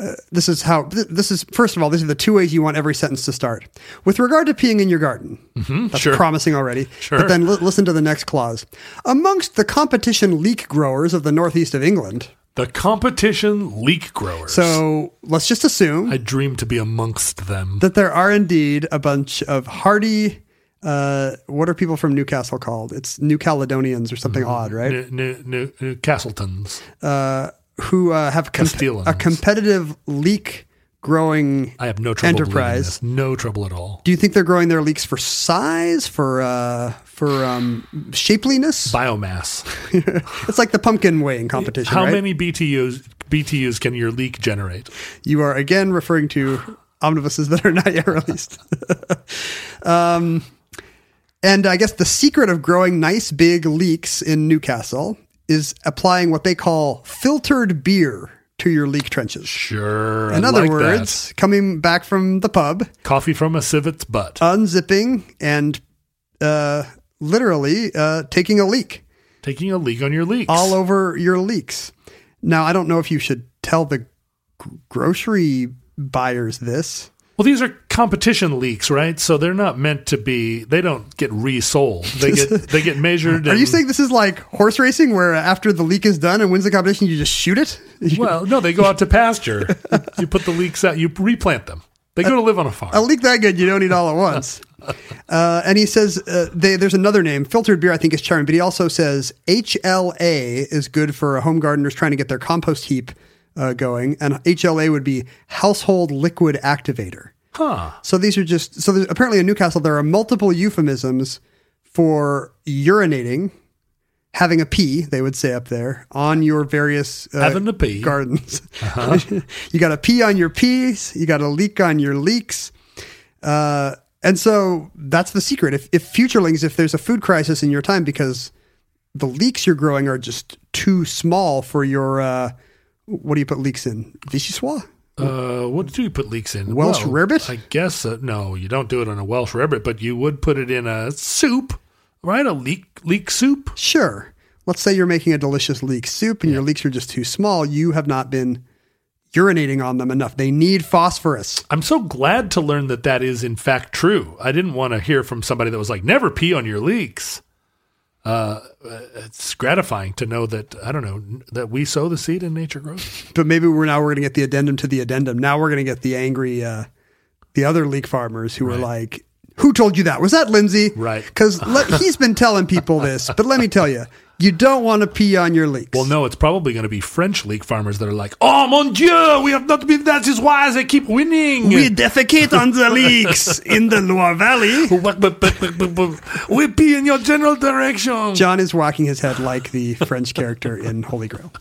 S2: Uh, this is how. th- This is first of all. These are the two ways you want every sentence to start. With regard to peeing in your garden, that's
S1: Mm-hmm. sure.
S2: promising already.
S1: Sure.
S2: But then li- listen to the next clause. Amongst the competition leek growers of the northeast of England,
S1: The competition leek growers.
S2: so let's just assume
S1: I dream to be amongst them.
S2: that there are indeed a bunch of hardy. Uh, what are people from Newcastle called? It's New Caledonians or something
S1: Mm-hmm.
S2: odd, right?
S1: New, New, New, New Castletons.
S2: Who uh, have com-
S1: Castilians.
S2: a competitive leek growing.
S1: I have no trouble. believing
S2: Enterprise.
S1: this. No trouble at all.
S2: Do you think they're growing their leeks for size, for uh, for um, shapeliness?
S1: Biomass.
S2: It's like the pumpkin weighing competition.
S1: How
S2: right?
S1: many BTUs BTUs can your leak generate?
S2: You are again referring to omnibuses that are not yet released. um, and I guess the secret of growing nice big leaks in Newcastle is applying what they call filtered beer to your leak trenches.
S1: Sure.
S2: In other words, coming back from the pub,
S1: coffee from a civet's
S2: Uh,
S1: butt.
S2: unzipping and uh, literally uh, taking a leak
S1: taking a leak on your leaks.
S2: all over your leaks. Now, I don't know if you should tell the gr- grocery buyers this.
S1: well, these are competition leaks, right? So they're not meant to be. They don't get resold. They get they get measured.
S2: Are you
S1: and-
S2: saying this is like horse racing, where after the leak is done and wins the competition, you just shoot it?
S1: Well, no, they go out to pasture. you put the leaks out. You replant them. They go to live on a farm.
S2: A leak that good, you don't eat all at once. Uh, and he says uh, they, there's another name. Filtered beer, I think, is charming, but he also says HLA is good for home gardeners trying to get their compost heap uh, going. And HLA would be household liquid activator.
S1: huh.
S2: So these are just so. There's, apparently, in Newcastle, there are multiple euphemisms for urinating, having a pee. They would say up there on your various uh,
S1: Having a pee. Uh-huh.
S2: gardens. you got a pee on your peas. You got a leak on your leaks. Uh, and so that's the secret. If, if futurelings, if there's a food crisis in your time because the leeks you're growing are just too small for your uh, what do you put leeks in? Vichyssoise.
S1: Uh, what do you put leeks in?
S2: Welsh rarebit?
S1: I guess uh, no, you don't do it on a Welsh rarebit, but you would put it in a soup, right? A leek leek soup.
S2: Sure. Let's say you're making a delicious leek soup and your leeks are just too small. You have not been urinating on them enough. They need phosphorus.
S1: I'm so glad to learn that that is in fact true. I didn't want to hear from somebody that was like, "Never pee on your leaks." Uh, it's gratifying to know that I don't know that we sow the seed and nature grows.
S2: But maybe we're now we're going to get the addendum to the addendum. Now we're going to get the angry, uh, the other leek farmers who are like, "Who told you that? Was that Lindsay?
S1: Right.
S2: Because he's been telling people this. But let me tell you, you don't want to pee on your leeks.
S1: Well, no, it's probably going to be French leek farmers that are like, "Oh mon Dieu, we have not been. That is why they keep winning."
S2: We defecate on the leeks in the Loire Valley.
S1: we pee in your general direction.
S2: John is wagging his head like the French character in Holy Grail.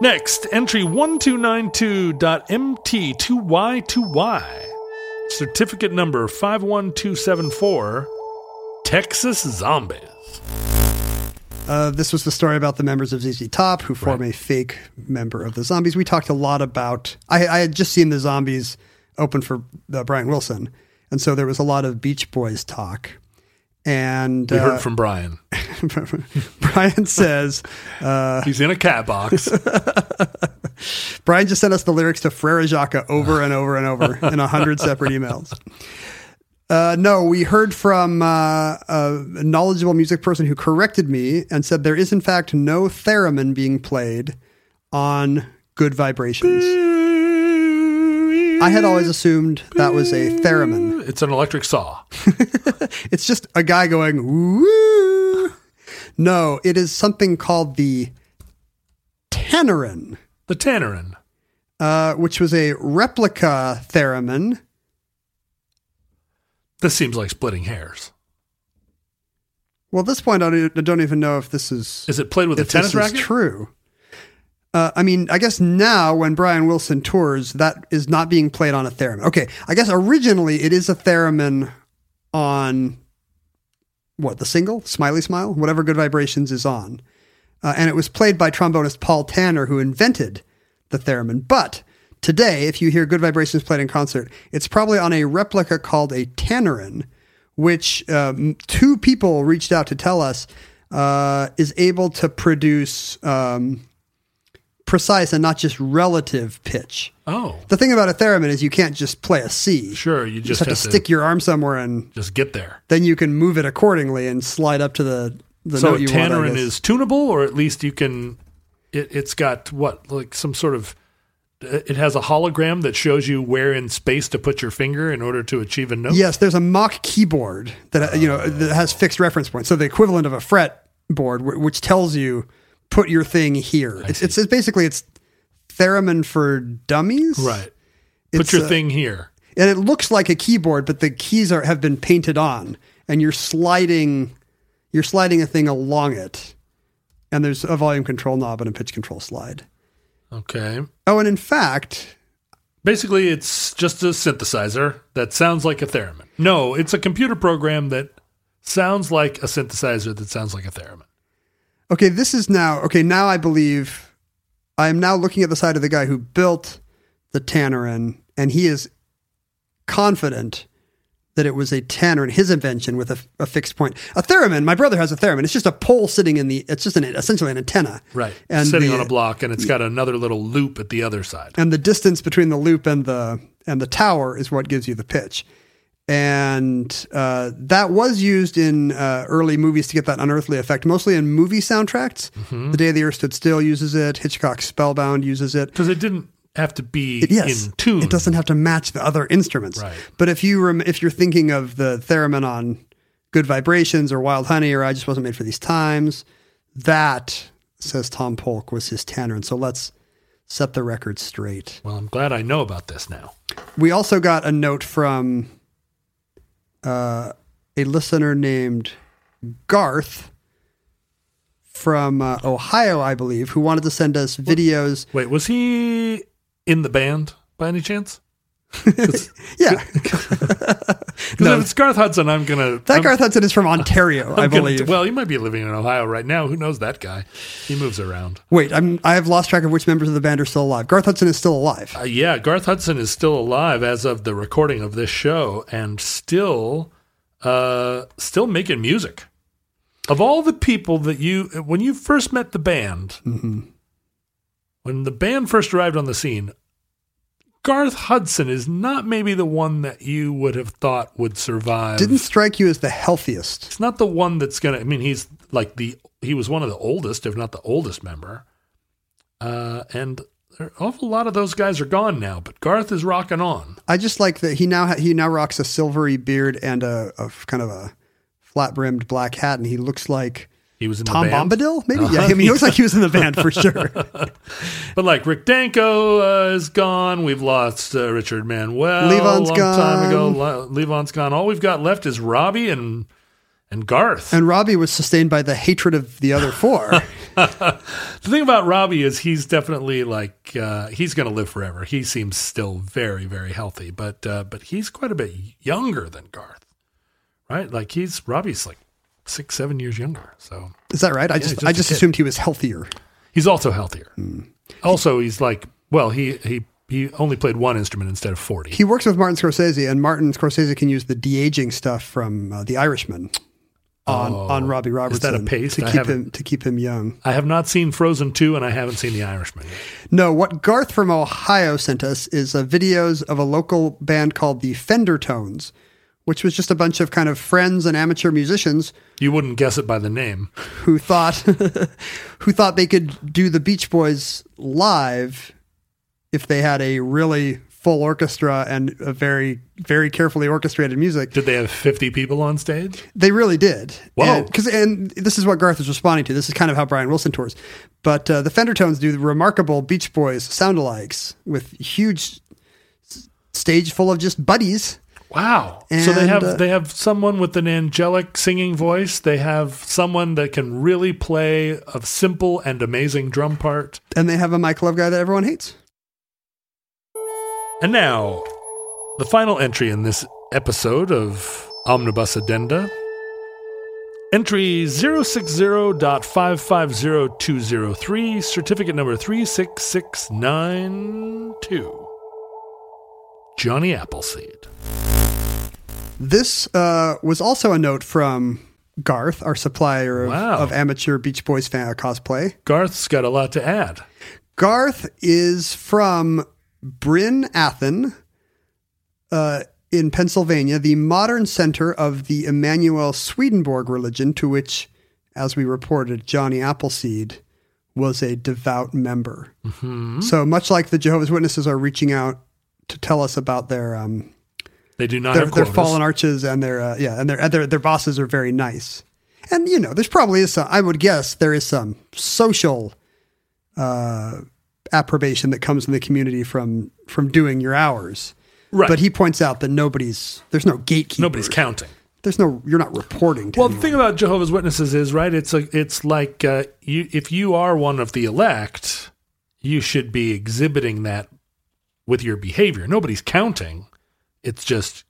S1: Next, entry 1292.MT2Y2Y. Certificate number 51274, Texas Zombies.
S2: Uh, this was the story about the members of ZZ Top who form a fake member of the Zombies. We talked a lot about. I, I had just seen the Zombies open for uh, Brian Wilson, and so there was a lot of Beach Boys talk. And
S1: We
S2: uh,
S1: heard from Brian.
S2: Brian says uh,
S1: He's in a cat box.
S2: Brian just sent us the lyrics to Frere Jacques over and over and over in a hundred separate emails. Uh, no, we heard from uh, a knowledgeable music person who corrected me and said there is in fact no theremin being played on Good Vibrations. I had always assumed that was a theremin.
S1: It's an electric saw.
S2: It's just a guy going woo. No, it is something called the Tenorin,
S1: The Tannerin.
S2: uh, which was a replica theremin.
S1: This seems like splitting hairs.
S2: Well, at this point, I don't, I don't even know if this is
S1: Is it played with a
S2: if this
S1: tennis
S2: is
S1: racket?
S2: true. Uh, I mean, I guess now when Brian Wilson tours, that is not being played on a theremin. Okay, I guess originally it is a theremin on what the single Smiley Smile, whatever Good Vibrations is on, uh, and it was played by trombonist Paul Tanner, who invented the theremin. But today, if you hear Good Vibrations played in concert, it's probably on a replica called a Tannerin, which um, two people reached out to tell us uh, is able to produce um, precise and not just relative pitch.
S1: Oh,
S2: The thing about a theremin is you can't just play a C.
S1: sure. You
S2: You just
S1: just,
S2: have, to stick your arm somewhere and
S1: Just get there.
S2: then you can move it accordingly and slide up to the the
S1: so a
S2: note you want. I
S1: Tannerin
S2: guess.
S1: is tunable, or at least you can. It, it's got what like some sort of. It has a hologram that shows you where in space to put your finger in order to achieve a note.
S2: yes. There's a mock keyboard that uh, you know that has fixed reference points, so the equivalent of a fret board, wh- which tells you put your thing here. It's, it's it's basically it's theremin for dummies,
S1: Right.
S2: It's,
S1: Put your
S2: uh,
S1: thing here.
S2: and it looks like a keyboard, but the keys are have been painted on, and you're sliding, you're sliding a thing along it, and there's a volume control knob and a pitch control slide.
S1: Okay.
S2: Oh, and in fact,
S1: Basically, it's just a synthesizer that sounds like a theremin. No, it's a computer program that sounds like a synthesizer that sounds like a theremin.
S2: okay, this is now okay. Now I believe I am now looking at the side of the guy who built the Tannerin, and he is confident that it was a Tannerin, his invention with a, a fixed point. A theremin. My brother has a theremin. It's just a pole sitting in the. It's just an essentially an antenna,
S1: Right.
S2: And
S1: Sitting
S2: the-
S1: on a block, and it's got another little loop at the other side.
S2: and the distance between the loop and the and the tower is what gives you the pitch. And uh, that was used in uh, early movies to get that unearthly effect, mostly in movie soundtracks.
S1: Mm-hmm.
S2: The Day the Earth Stood Still uses it. Hitchcock's Spellbound uses it.
S1: Because it didn't have to be
S2: It- yes,
S1: in tune.
S2: it doesn't have to match the other instruments.
S1: Right.
S2: But if you rem- if you're thinking of the theremin on Good Vibrations or Wild Honey or I Just Wasn't Made for These Times, that says Tom Polk was his tenor. And so let's set the record straight.
S1: Well, I'm glad I know about this now.
S2: We also got a note from uh, a listener named Garth from uh, Ohio, I believe, who wanted to send us videos.
S1: Wait, was he in the band by any chance?
S2: Yeah,
S1: Because if it's Garth Hudson, I'm gonna
S2: that
S1: I'm-
S2: Garth Hudson is from Ontario, i
S1: I'm gonna-
S2: believe.
S1: well, he might be living in Ohio right now. Who knows that guy? He moves around.
S2: Wait, I'm I have lost track of which members of the band are still alive. Garth Hudson is still alive.
S1: Uh, yeah, Garth Hudson is still alive as of the recording of this show, and still, uh, still making music. Of all the people that you, when you first met the band, when the band first arrived on the scene, Garth Hudson is not maybe the one that you would have thought would survive.
S2: Didn't strike you as the healthiest.
S1: it's not the one that's gonna. I mean, he's like the he was one of the oldest, if not the oldest member. Uh, and there, an awful lot of those guys are gone now, but Garth is rocking on.
S2: I just like that he now ha- he now rocks a silvery beard and a, a f- kind of a flat brimmed black hat, and he looks like
S1: He was in
S2: Tom
S1: the band, Uh-huh.
S2: Bombadil. Maybe yeah, I mean he looks like he was in the band for sure.
S1: but like Rick Danko uh, is gone. We've lost uh, Richard Manuel.
S2: Levon's
S1: a long Time ago,
S2: gone.
S1: Le- Levon's gone. All we've got left is Robbie and and Garth.
S2: And Robbie was sustained by the hatred of the other four.
S1: the thing about Robbie is he's definitely like uh, he's going to live forever. He seems still very very healthy, but uh, but he's quite a bit younger than Garth, right? Like he's Robbie's like six seven years younger, so
S2: Is that right? I just,
S1: just
S2: I
S1: a
S2: just
S1: kid.
S2: assumed he was healthier.
S1: he's also healthier. Also, he's like well he he he only played one instrument instead of forty.
S2: He works with Martin Scorsese, and Martin Scorsese can use the de aging stuff from uh, The Irishman on
S1: Oh.
S2: on Robbie Robertson
S1: paste?
S2: to
S1: I
S2: keep
S1: haven't-
S2: him to keep him young.
S1: I have not seen Frozen two, and I haven't seen The Irishman. Yet.
S2: No, what Garth from Ohio sent us is uh, videos of a local band called the Fender Tones, which was just a bunch of kind of friends and amateur musicians
S1: You wouldn't guess it by the name.
S2: who thought who thought they could do the Beach Boys live if they had a really full orchestra and a very very carefully orchestrated music.
S1: Did they have 50 people on stage?
S2: They really did.
S1: Whoa.
S2: Because and, this is what Garth is responding to. This is kind of how Brian Wilson tours. But uh, the Fender Tones do remarkable Beach Boys soundalikes with huge s- stage full of just buddies.
S1: Wow. so they
S2: And,
S1: have
S2: uh,
S1: they have someone with an angelic singing voice. They have someone that can really play a simple and amazing drum part.
S2: and they have a Mike Love guy that everyone hates.
S1: And now, the final entry in this episode of Omnibus Addenda. Entry 060.550203, certificate number 36692. Johnny Appleseed.
S2: This uh, was also a note from Garth, our supplier of,
S1: Wow.
S2: of amateur Beach Boys fan uh, cosplay.
S1: Garth's got a lot to add.
S2: Garth is from Bryn Athen uh, in Pennsylvania, the modern center of the Emanuel Swedenborg religion, to which, as we reported, Johnny Appleseed was a devout member. So much like the Jehovah's Witnesses are reaching out to tell us about their um,
S1: They do not
S2: they're,
S1: have
S2: they're
S1: quotas.
S2: fallen arches and their uh, yeah and their, and their their bosses are very nice and you know there's probably is some i would guess there is some social uh approbation that comes in the community from from doing your hours
S1: Right.
S2: but he points out that nobody's there's no gatekeeper
S1: Nobody's counting.
S2: there's no you're not reporting to
S1: Well, the
S2: anyone.
S1: thing about Jehovah's Witnesses is right. It's a, it's like uh, you if you are one of the elect, you should be exhibiting that with your behavior. Nobody's counting. It's just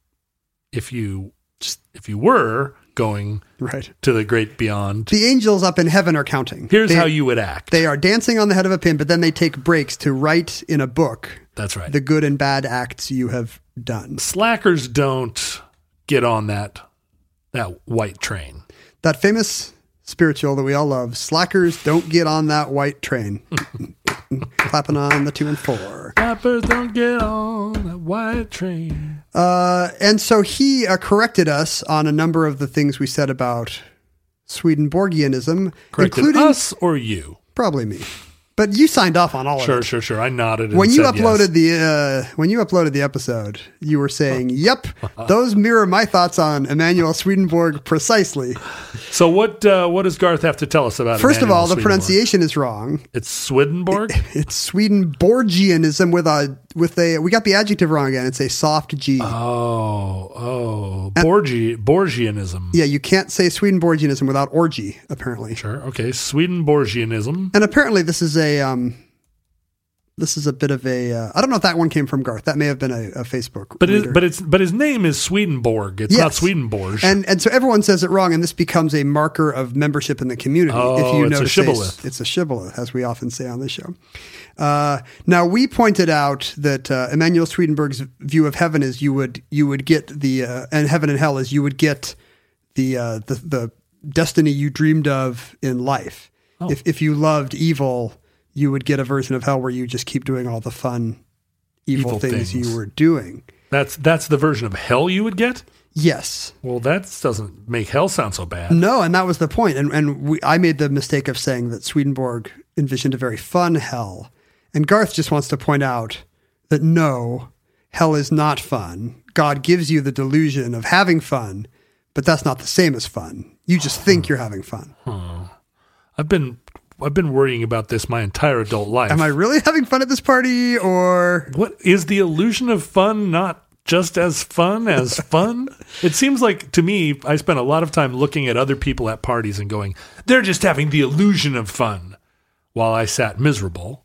S1: if you just if you were going
S2: right
S1: to the great beyond,
S2: the angels up in heaven are counting
S1: here's
S2: They-
S1: how you would act.
S2: they are dancing on the head of a pin but then they take breaks to write in a book
S1: That's right.
S2: the good and bad acts you have done
S1: Slackers don't get on that that white train.
S2: that famous spiritual that we all love slackers don't get on that white train clapping on the two and four
S1: Slappers don't get on that white train.
S2: uh, and so he uh, corrected us on a number of the things we said about swedenborgianism
S1: Corrected
S2: including
S1: us or you.
S2: probably me but you signed off on all of
S1: Sure,
S2: it
S1: sure, sure. I nodded. And
S2: when you
S1: said yes.
S2: uploaded the uh, when you uploaded the episode you were saying yep those mirror my thoughts on emmanuel swedenborg precisely
S1: So what uh, what does Garth have to tell us about?
S2: first of
S1: Emmanuel
S2: all the
S1: Swedenborg?
S2: pronunciation is wrong
S1: It's Swedenborg.
S2: It's Swedenborgianism with a with a we got the adjective wrong again. It's a soft G.
S1: oh, oh, Borgi, Borgianism.
S2: yeah, you can't say Swedenborgianism without orgy, apparently.
S1: Sure. Okay, Swedenborgianism.
S2: And apparently this is a um this is a bit of a uh, I don't know if that one came from Garth. That may have been a, a Facebook.
S1: But it,
S2: reader.
S1: but it's but his name is Swedenborg. It's not
S2: Yes.
S1: Swedenborg.
S2: and and so everyone says it wrong, and this becomes a marker of membership in the community.
S1: Oh,
S2: if you
S1: it's a
S2: notice, they-
S1: shibboleth.
S2: it's a shibboleth, as we often say on this show. Uh, now we pointed out that uh, Emanuel Swedenborg's view of heaven is you would you would get the uh, and heaven and hell is you would get the uh, the the destiny you dreamed of in life.
S1: Oh.
S2: If if you loved evil, you would get a version of hell where you just keep doing all the fun evil,
S1: Evil
S2: things
S1: things.
S2: you were doing.
S1: that's that's the version of hell you would get.
S2: Yes.
S1: Well, that doesn't make hell sound so bad.
S2: No, and that was the point. And and we, I made the mistake of saying that Swedenborg envisioned a very fun hell, and Garth just wants to point out that no, hell is not fun. God gives you the delusion of having fun, but that's not the same as fun. You just think you're having fun.
S1: I've been I've been worrying about this my entire adult life.
S2: Am I really having fun at this party, or
S1: What is the illusion of fun not just as fun as fun? it seems like to me, I spent a lot of time looking at other people at parties and going, they're just having the illusion of fun while I sat miserable.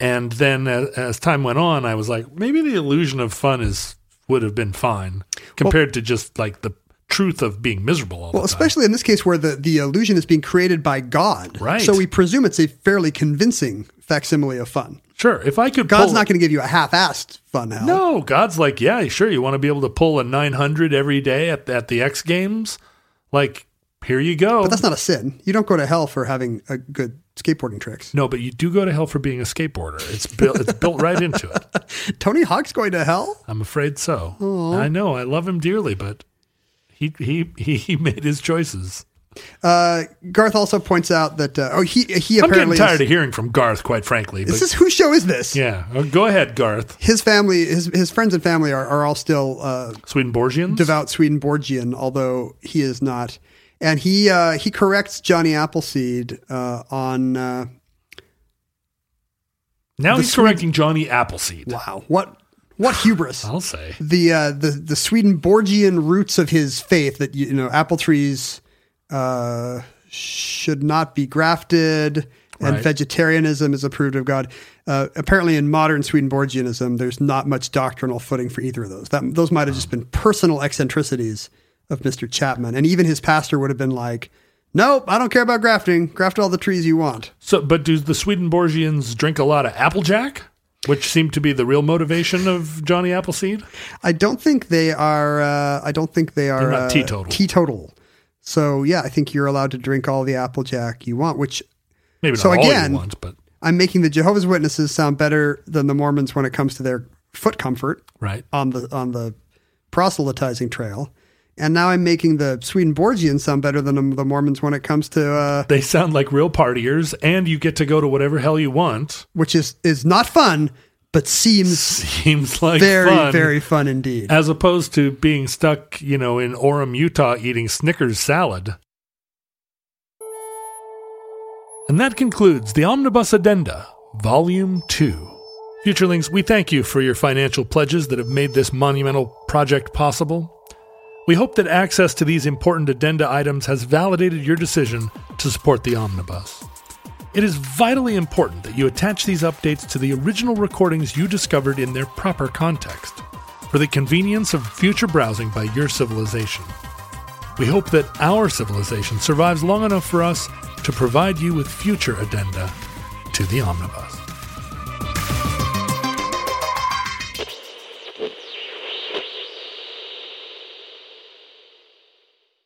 S1: And then as, as time went on, I was like, maybe the illusion of fun is would have been fine compared to just like the truth of being miserable all
S2: Well,
S1: the time.
S2: especially in this case where the, the illusion is being created by God.
S1: Right.
S2: So we presume it's a fairly convincing facsimile of fun.
S1: Sure. If I could
S2: God's
S1: pull,
S2: not going to give you a half assed fun hell.
S1: No, God's like, yeah, sure. You want to be able to pull a 900 every day at, at the X Games? Like, here you go.
S2: But that's not a sin. You don't go to hell for having a good skateboarding tricks.
S1: no, but you do go to hell for being a skateboarder. It's built. It's built right into it.
S2: Tony Hawk's going to hell?
S1: I'm afraid so. I know. I love him dearly, but he he he made his choices.
S2: Uh, Garth also points out that uh, oh he he
S1: I'm getting
S2: apparently
S1: tired
S2: is,
S1: of hearing from Garth, quite frankly. But
S2: this is whose show is this?
S1: yeah, Oh, go ahead, Garth.
S2: His family, his his friends and family are, are all still uh,
S1: Swedenborgians.
S2: devout Swedenborgian, although he is not. And he uh, he corrects Johnny Appleseed uh, on uh,
S1: now he's correcting Johnny Appleseed.
S2: wow what what hubris.
S1: I'll say.
S2: the uh, the the Swedenborgian roots of his faith that you know apple trees uh, should not be grafted and
S1: Right.
S2: vegetarianism is approved of God. Uh, apparently, in modern Swedenborgianism, there's not much doctrinal footing for either of those. That those might have just been personal eccentricities of Mister Chapman, and even his pastor would have been like. Nope, I don't care about grafting. Graft all the trees you want.
S1: So, but do the Swedenborgians drink a lot of Applejack, which seemed to be the real motivation of Johnny Appleseed?
S2: I don't think they are. Uh, I don't think they are
S1: not
S2: uh,
S1: teetotal.
S2: teetotal. So yeah, I think you're allowed to drink all the Applejack you want. Which
S1: Maybe not
S2: So
S1: all
S2: again-
S1: you want, but
S2: I'm making the Jehovah's Witnesses sound better than the Mormons when it comes to their foot comfort
S1: right.
S2: on the on the proselytizing trail. And now I'm making the Swedenborgians sound better than the Mormons when it comes to uh,
S1: They sound like real partiers, and you get to go to whatever hell you want.
S2: which is is not fun, but seems
S1: Seems like
S2: very
S1: fun.
S2: very fun indeed.
S1: as opposed to being stuck, you know, in Orem, Utah eating Snickers salad. And that concludes the Omnibus Addenda, Volume 2. Futurelings, we thank you for your financial pledges that have made this monumental project possible. We hope that access to these important addenda items has validated your decision to support the Omnibus. It is vitally important that you attach these updates to the original recordings you discovered in their proper context for the convenience of future browsing by your civilization. We hope that our civilization survives long enough for us to provide you with future addenda to the omnibus.